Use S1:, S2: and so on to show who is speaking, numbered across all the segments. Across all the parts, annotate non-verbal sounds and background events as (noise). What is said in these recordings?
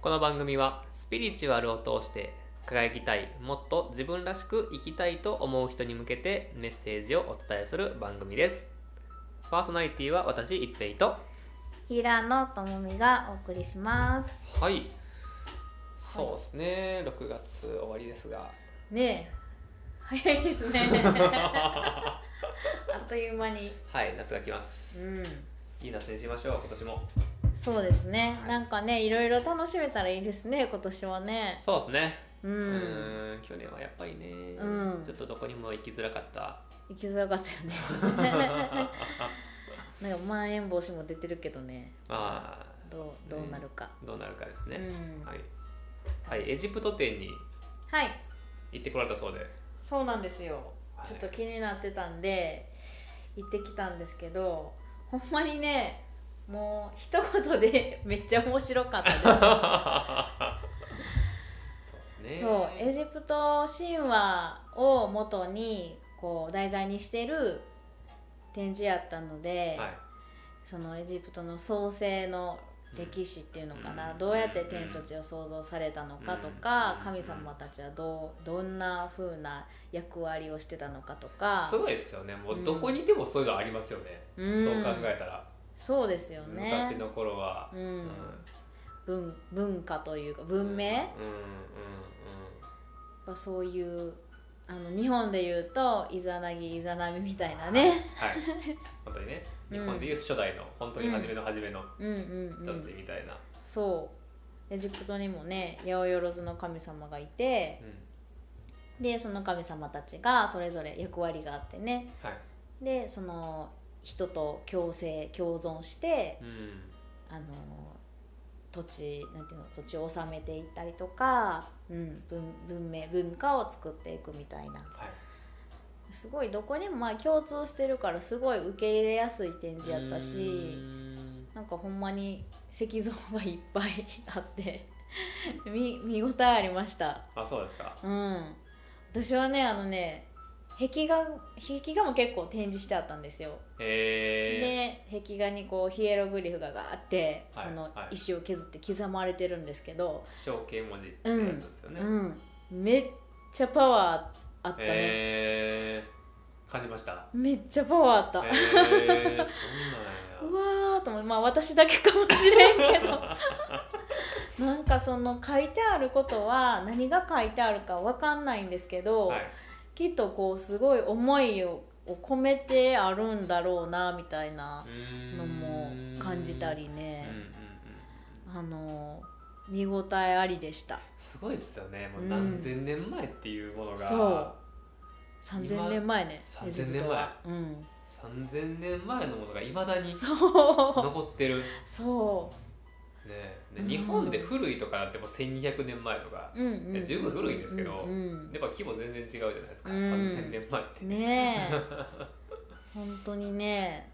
S1: この番組はスピリチュアルを通して輝きたいもっと自分らしく生きたいと思う人に向けてメッセージをお伝えする番組ですパーソナリティは私一平と
S2: 平野智美がお送りします
S1: はいそうですね6月終わりですが
S2: ねえ早いですね
S1: は
S2: (laughs) あっという間に
S1: い夏が来ます
S2: うん
S1: いい夏にしましょう今年も
S2: そうですね、
S1: はい
S2: なんかねいろいろ楽しめたらいいですね今年はね
S1: そうですね
S2: うん
S1: うーん去年はやっぱりね、
S2: うん
S1: ちょっとどこにも行きづらか
S2: (laughs)
S1: った
S2: 行きづらかったよ
S1: (laughs)
S2: ねなんかまん延防止も出てるけどね
S1: まあ
S2: どうどうなるか、
S1: どうなるかですね、
S2: うん
S1: はい、はい、エジプト店に
S2: はい
S1: 行ってこられたそうで、
S2: そうなんですよちょっと
S1: はい
S2: 気になってたんで行ってきたんですけどほんまにねもう一言で (laughs) めっちゃ面白かったです
S1: そう (laughs) ですね
S2: そうエジプト神話を元にこう題材にしてる展示やったので、
S1: はい
S2: そのエジプトの創世の歴史っていうのかな、
S1: うん
S2: どうやって天と地を創造されたのかとか、
S1: うん
S2: 神様たちはどうどんな風な役割をしてたのかとか
S1: すごいですよねもうどこにでもそういうのありますよね、
S2: うん
S1: そう考えたら、
S2: そうですよね
S1: 昔の頃は
S2: う、
S1: うん
S2: ん文文化というか文明
S1: うんうん
S2: やっぱそういうあの日本でいうとイザナギイザナミみたいな
S1: うん
S2: ね、
S1: はい、はい本当に
S2: (laughs)
S1: ね
S2: うん
S1: 日本でいう初代の本当に初めの初めの
S2: うんうんう
S1: 人
S2: ん
S1: たちみたいな、
S2: そうエジプトにもね八百万の神様がいて
S1: うん
S2: でその神様たちがそれぞれ役割があってね
S1: はい、
S2: でその人と共生共存して
S1: うん
S2: あの土地なんていうの土地を治めていったりとか、うん、文文明文化を作っていくみたいな
S1: はい
S2: すごいどこにもまあ共通してるからすごい受け入れやすい展示やった
S1: う
S2: し
S1: ん
S2: なんかほんまに石像がいっぱいあって (laughs) 見見応えありました
S1: あそうですか
S2: うん私はねあのね壁画壁画も結構展示してあったんですよ、
S1: え
S2: で壁画にこうヒエログリフがあって、
S1: はい
S2: その
S1: はい
S2: 石を削って刻まれてるんですけど
S1: ー、、象形文字ってやつですよね、
S2: うんめっちゃパワーあったね、
S1: えー、感じました
S2: めっちゃパワーあった、
S1: えー、そんなんや
S2: うわーと思ってまあ私だけかもしれ
S1: (laughs)
S2: んけどなんかその書いてあることは何が書いてあるかわかんないんですけど、
S1: はい、
S2: きっとこうすごい思いを込めてあるんだろうなみたいな
S1: うーん
S2: のも感じたり
S1: うん
S2: ね
S1: うん、うん
S2: あの見応えありでした
S1: すごいですよねもううん何千年前っていうものが、
S2: そう3000年前ね
S1: 今
S2: エジプトはうん
S1: 3000年前のものがいまだに (laughs)
S2: そう
S1: 残ってる、ね
S2: そ
S1: で
S2: うん
S1: 日本で古いとかだってもう1200年前とか
S2: う、うんうん
S1: いや十分古いんですけど
S2: うんうん
S1: やっぱ規模全然違うじゃないですか、
S2: うん
S1: 3000年前って、 (laughs)
S2: ねえ本当にね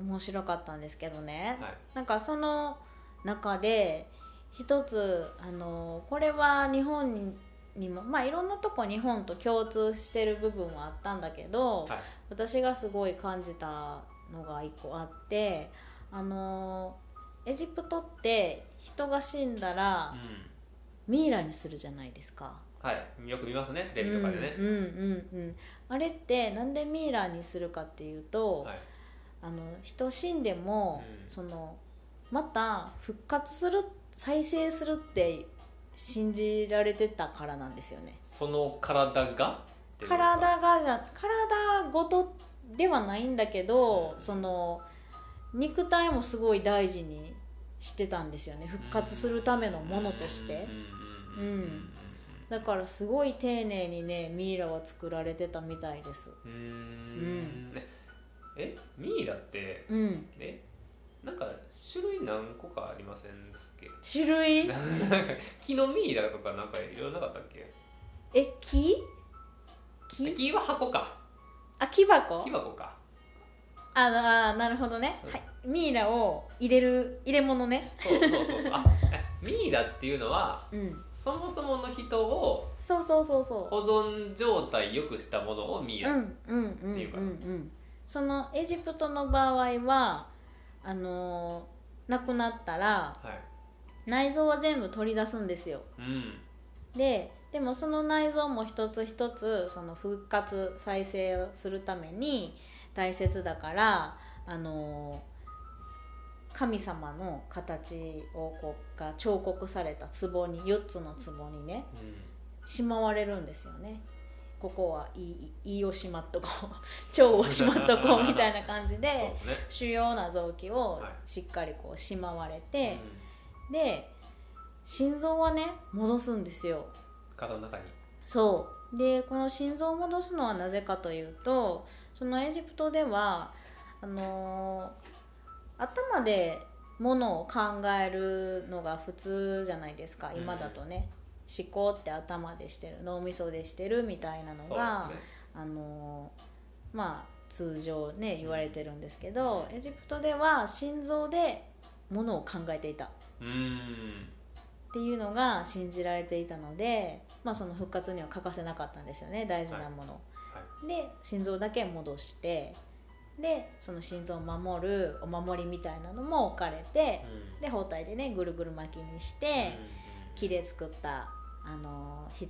S2: 面白かったんですけどね、
S1: はい
S2: なんかその中で一つあのこれは日本にもまあいろんなとこ日本と共通してる部分はあったんだけど、
S1: はい
S2: 私がすごい感じたのが一個あってあのエジプトって人が死んだら
S1: うん
S2: ミイラにするじゃないですか。
S1: はい、よく見ますねテレビとかでね
S2: う、んうんうんうんあれってなんでミイラにするかっていうと、
S1: はい、
S2: あの人死んでも、
S1: うん
S2: そのまた復活する再生するって信じられてたからなんですよね
S1: その体がってことですか
S2: 体がじゃ体ごとではないんだけど、
S1: うん
S2: その肉体もすごい大事にしてたんですよね復活するためのものとして、
S1: うんうんうんうん
S2: だからすごい丁寧にねミイラは作られてたみたいです
S1: うんうんねえミイラって
S2: うん
S1: えなんか種類何個かありませんっけ
S2: 種類
S1: なんか (laughs) 木のミイラとかなんかいろいろなかったっけ
S2: え木木
S1: 木は箱か
S2: あ木箱
S1: 木箱か
S2: あのあーなるほどね、
S1: うん
S2: はい、ミイラを入れる入れ物ね
S1: そうそうそうそうあえミイラっていうのは
S2: うん
S1: そもそもの人を
S2: そうそうそうそ
S1: 保存状態良くしたものをミイ
S2: うう
S1: ラ、
S2: んうんうんうん
S1: っていう
S2: う
S1: か
S2: んそのエジプトの場合はあのー亡くなったら
S1: はい
S2: 内臓は全部取り出すんですよ
S1: うん
S2: ででもその内臓も一つ一つその復活再生をするために大切だからあの神様の形をこうが彫刻された壺に4つの壺にねしまわれるんですよねここはいい胃をしまっとこう (laughs) 腸をしまっとこうみたいな感じ
S1: そう (laughs)
S2: で
S1: ね
S2: 主要な臓器を
S1: はい
S2: しっかりこうしまわれて、で心臓はね戻すんですよ
S1: うん体の中に
S2: そうでこの心臓を戻すのはなぜかというとそのエジプトではあのー頭でものを考えるのが普通じゃないですか
S1: うん
S2: 今だとね、思考って頭でしてる脳みそでしてるみたいなのが、
S1: そうですね
S2: あのーまあ通常ね言われてるんですけど、エジプトでは心臓でものを考えていた。
S1: うーん
S2: っていうのが信じられていたので、まあ、その復活には欠かせなかったんですよね大事なもの、で心臓だけ戻してでその心臓を守るお守りみたいなのも置かれて
S1: うん
S2: で包帯でねぐるぐる巻きにして、木で作ったあの棺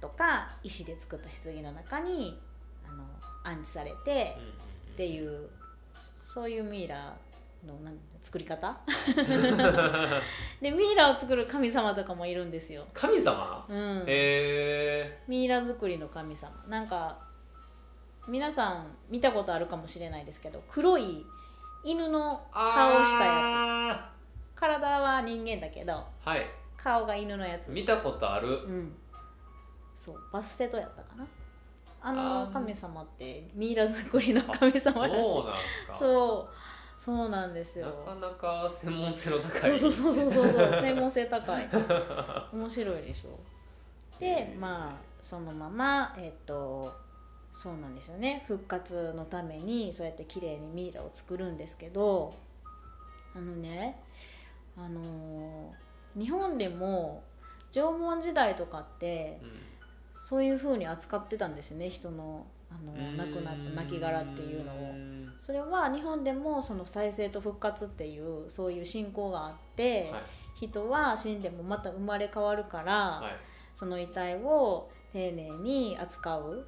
S2: とか石で作った棺の中にあの安置されて
S1: うんうんうんうん
S2: っていうそういうミイラのなん作り
S1: (laughs)
S2: 方でミイラを作る神様とかもいるんですよ
S1: 神様
S2: うん、
S1: へ
S2: ミイラ作りの神様なんか皆さん見たことあるかもしれないですけど黒い犬の
S1: ー
S2: 顔をしたや
S1: や
S2: つ体は人間だけど
S1: つはい
S2: 顔が犬のやつ
S1: 見たことある
S2: うんそうバステトやったかなあの
S1: あー
S2: 神様ってミイラ作りの神様らしい
S1: そうなんすか
S2: そうそうなんですよ
S1: なかなか専門性の高
S2: そ
S1: いう
S2: そうそうそうそうそう専門性高
S1: (laughs)
S2: い
S1: は
S2: 面白いでしょ
S1: へ
S2: で
S1: え
S2: まあそのままえっとそうなんですよね復活のためにそうやって綺麗にミイラを作るんですけどあのねあのー日本でも縄文時代とかってそういう風に扱ってたんですね人のあの亡くなった亡骸っていうのを。それは日本でもその再生と復活っていうそういう信仰があって、
S1: はい
S2: 人は死んでもまた生まれ変わるから、
S1: はい
S2: その遺体を丁寧に扱う
S1: うん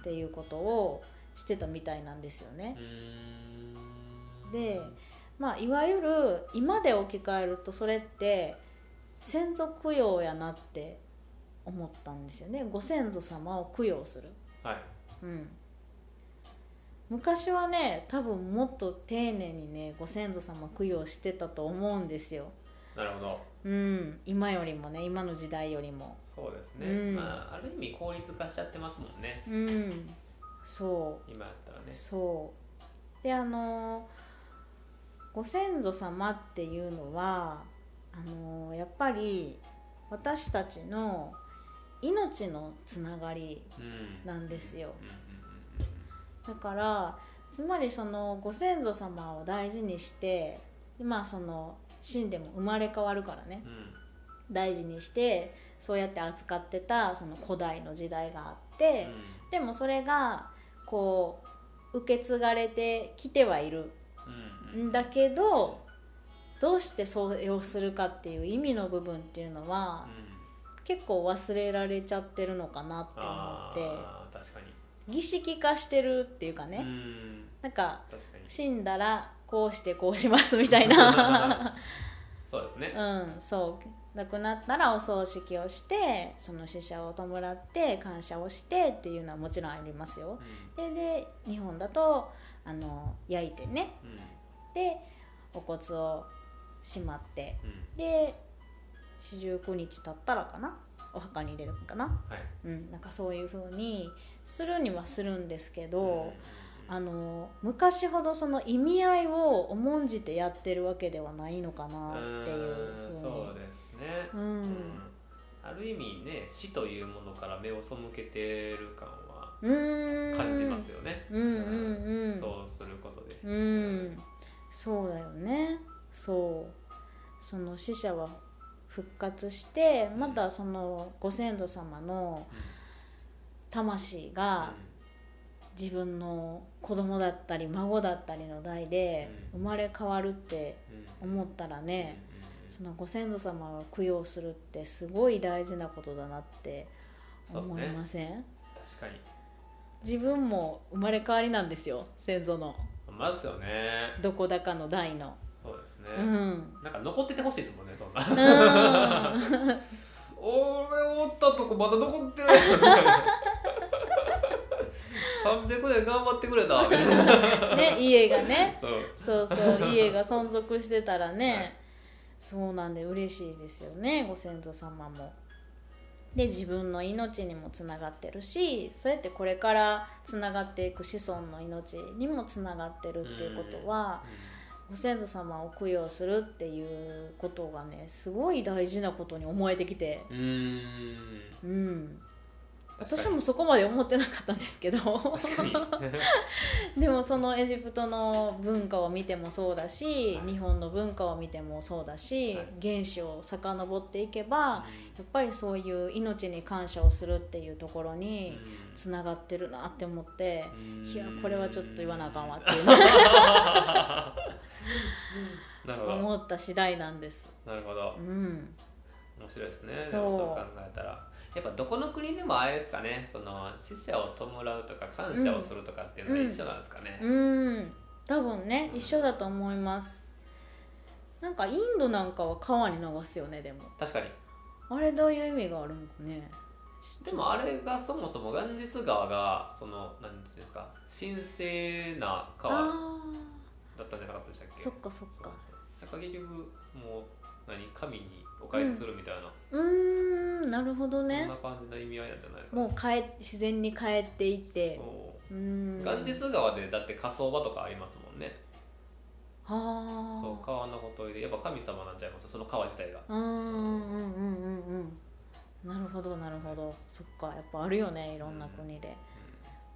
S2: っていうことをしてたみたいなんですよね。
S1: うん
S2: でまあ、いわゆる今で置き換えるとそれって先祖供養やなって思ったんですよねご先祖様を供養する、
S1: はい
S2: うん、昔はね多分もっと丁寧にねご先祖様供養してたと思うんですよ、
S1: なるほど
S2: うん、今よりもね今の時代よりも
S1: そうですね、
S2: うん
S1: まあ、ある意味効率化しちゃってますもんね
S2: うんそう
S1: 今やったらね
S2: そうであのご先祖様っていうのはあのやっぱり私たちの命のつながり
S1: うん
S2: なんですよ
S1: うんうん
S2: だからつまりそのご先祖様を大事にしてまあその死んでも生まれ変わるからね
S1: うんうんうん
S2: 大事にしてそうやって扱ってたその古代の時代があって、でもそれがこう受け継がれてきてはいる
S1: うんうん
S2: んだけどどうしてそれをするかっていう意味の部分っていうの
S1: う
S2: は
S1: ん
S2: 結構忘れられちゃってるのかな
S1: あ
S2: って思っ
S1: ー確かに
S2: て儀式化してるっていうか
S1: う
S2: ね
S1: ん
S2: なんか
S1: 確かに
S2: 死んだらこうしてこうしますみたいな
S1: そうですね、
S2: うんそう亡くなったらお葬式をしてその死者を弔って感謝をしてっていうのはもちろんありますよ
S1: うん
S2: でで日本だとあの焼いてね
S1: うん
S2: でお骨をしまって
S1: うん
S2: で四十九日経ったらかなお墓に入れるのかな、
S1: はい
S2: うん、なんかそういう風にするにはするんですけど、
S1: うん
S2: あの昔ほどその意味合いを重んじてやってるわけではないのか
S1: う
S2: なんっていう風に
S1: そうですね、
S2: う
S1: うん
S2: ん
S1: ある意味ね死というものから目を背けてる感は
S2: うーん
S1: 感じますよね、
S2: うんうんうん
S1: そうすることで、
S2: うんそうだよねそうその死者は復活してまたそのご先祖様の魂が自分の子供だったり孫だったりの代で
S1: う
S2: 生まれ変わるって
S1: うんうん
S2: 思ったらね
S1: うんうん
S2: そのご先祖様を供養するってすごい大事なことだなって
S1: そう
S2: 思
S1: で
S2: い
S1: すね
S2: ません、
S1: 確かに
S2: 自分も生まれ変わりなんですよ先祖の
S1: まずよね
S2: どこだかの代の
S1: そうですね、
S2: うん
S1: なんか残っててほしいですもんねそんな
S2: うん
S1: (laughs) 俺おったとこまだ残ってないみたいな300年頑張ってくれたみたいな
S2: ね家がね
S1: (laughs) そう
S2: そ
S1: (laughs)
S2: うそう家が存続してたらね、そうなんで嬉しいですよねご先祖様も。で自分の命にもつながってるしそうやってこれからつながっていく子孫の命にもつながってるっていうことは、ご先祖様を供養するっていうことがねすごい大事なことに思えてきて、
S1: うーん
S2: うん、私
S1: 確
S2: もそこまで思ってなかったんですけど。
S1: かに確かに
S2: (laughs) でもそのエジプトの文化を見てもそうだし、
S1: はい
S2: 日本の文化を見てもそうだし、
S1: はい
S2: 原始を遡っていけばやっぱりそういう命に感謝をするっていうところ
S1: うん
S2: につながってるなって思って、
S1: うん
S2: いやこれはちょっと言わなあかんわって
S1: (laughs)
S2: いう
S1: なるほど
S2: 思った次第なんです。
S1: なるほど
S2: うん、
S1: 面白いですね
S2: そう
S1: でもそう考えたらやっぱどこの国でもあれですかねその死者を弔うとか感謝をするとかっていうのは一緒なんですかね、
S2: うん、多分ね
S1: うん
S2: 一緒だと思います。なんかインドなんかは川に流すよねでも
S1: 確かに
S2: あれどういう意味があるのかね
S1: でもあれがそもそもガンジス川がその何ていうんですか神聖な川
S2: あ
S1: だったんじゃなかったでしたっ
S2: ー
S1: け
S2: そっかそっか
S1: なんか結局もう何神にお返しするみたいな、
S2: うーんなるほど
S1: そん
S2: ね
S1: な感じの意味合いなんじゃないかな
S2: もうかえ自然に帰っていって
S1: そう
S2: ー
S1: うんガンジス川でだって火葬場とかありますもんね、
S2: あ
S1: そう川のほとりでやっぱ神様なんちゃいますその川自体が
S2: あうんうんうんうんうんなるほどなるほどそっかやっぱあるよねいろんな国で、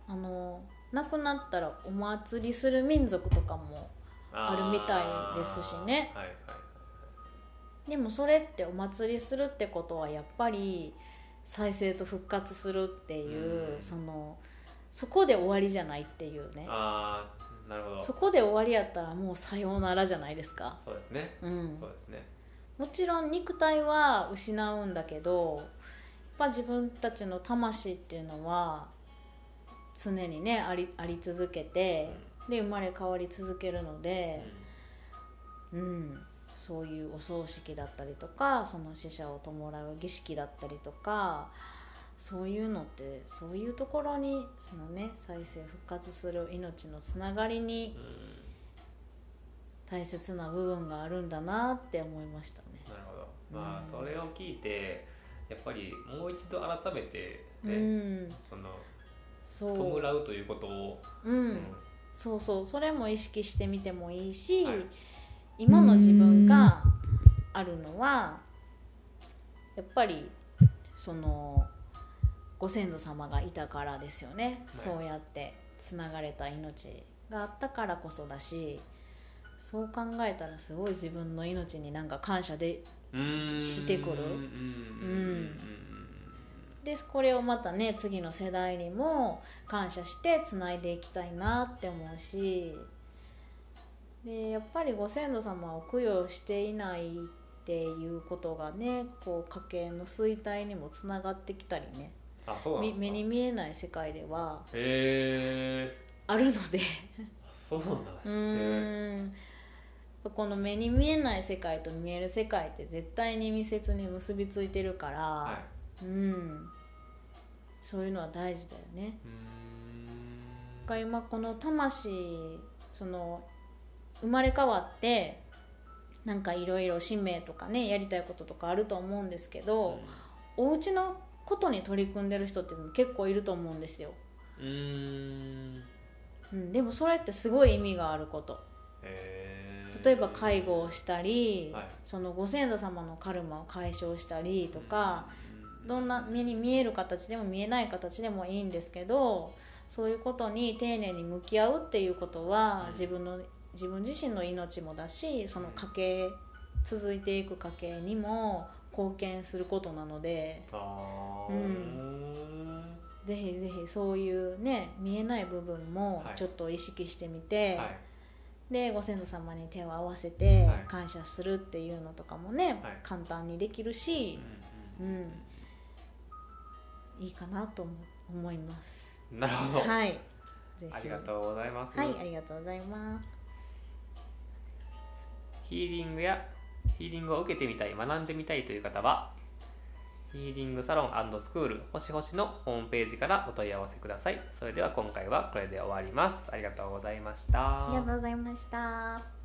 S2: あの亡くなったらお祭りする民族とかも
S1: ー
S2: あるみたいですしね
S1: はいはい
S2: でもそれってお祭りするってことはやっぱり再生と復活するっていう、
S1: うん
S2: そのそこで終わりじゃないっていうね
S1: ああなるほど
S2: そ
S1: そ
S2: こで終わりやったらもうさようならじゃないですか、
S1: うですね
S2: うん
S1: そう、ですね
S2: もちろん肉体は失うんだけどやっぱ自分たちの魂っていうのは常にねありあり続けてで生まれ変わり続けるの
S1: うん
S2: で、うん、そういうお葬式だったりとかその死者を弔う儀式だったりとかそういうのってそういうところにそのね再生復活する命のつながりに
S1: うん
S2: 大切な部分があるんだなって思いましたね。
S1: なるほどまあ
S2: うん
S1: それを聞いてやっぱりもう一度改めて
S2: う
S1: ね、
S2: ん、
S1: その
S2: そう
S1: 弔うということを、
S2: う、
S1: うん
S2: そうそうそれも意識してみてもいいし、
S1: はい
S2: 今の自分があるのはやっぱりそのご先祖様がいたからですよね、
S1: はい
S2: そうやってつながれた命があったからこそだしそう考えたらすごい自分の命になんか感謝で
S1: うん
S2: してく
S1: う
S2: る
S1: んうんうん
S2: でこれをまたね次の世代にも感謝してつないでいきたいなって思うしでやっぱりご先祖様を供養していないっていうことがねこう家計の衰退にもつながってきたりね
S1: あそうなんで
S2: み
S1: すか
S2: 目に見えない世界では
S1: へえ
S2: あるので
S1: そうなん
S2: う
S1: ですね
S2: ーんこの目に見えない世界と見える世界って絶対に密接に結びついてるから、
S1: はい
S2: うんそういうのは大事だよね。
S1: うーん
S2: が今この魂その生まれ変わってなんかいろいろ使命とかねやりたいこととかあると思うんですけど、お家のことに取り組んでる人って結構いると思うんですよ、
S1: うーん
S2: うん、でもそれってすごい意味があること
S1: へー
S2: 例えば介護をしたり、
S1: はい
S2: そのご先祖様のカルマを解消したりとか、
S1: うん
S2: どんな目に見える形でも見えない形でもいいんですけどそういうことに丁寧に向き合うっていうことは
S1: うん
S2: 自分の自分自身の命もだしその家計続いていく家計にも貢献することなので
S1: あー
S2: うぜひぜひそういうね見えない部分も
S1: はい
S2: ちょっと意識してみて、
S1: はい
S2: でご先祖様に手を合わせて
S1: はい
S2: 感謝するっていうのとかもね、
S1: はい
S2: 簡単にできるし、いいかなとも思います。
S1: うんなるほど、
S2: はい。ぜひ
S1: ありがとうございます、
S2: はい、ありがとうございます。
S1: ヒーリングやヒーリングを受けてみたい学んでみたいという方はヒーリングサロンスクール星々のホームページからお問い合わせくださいそれでは今回はこれで終わりますありがとうございました
S2: ありがとうございました。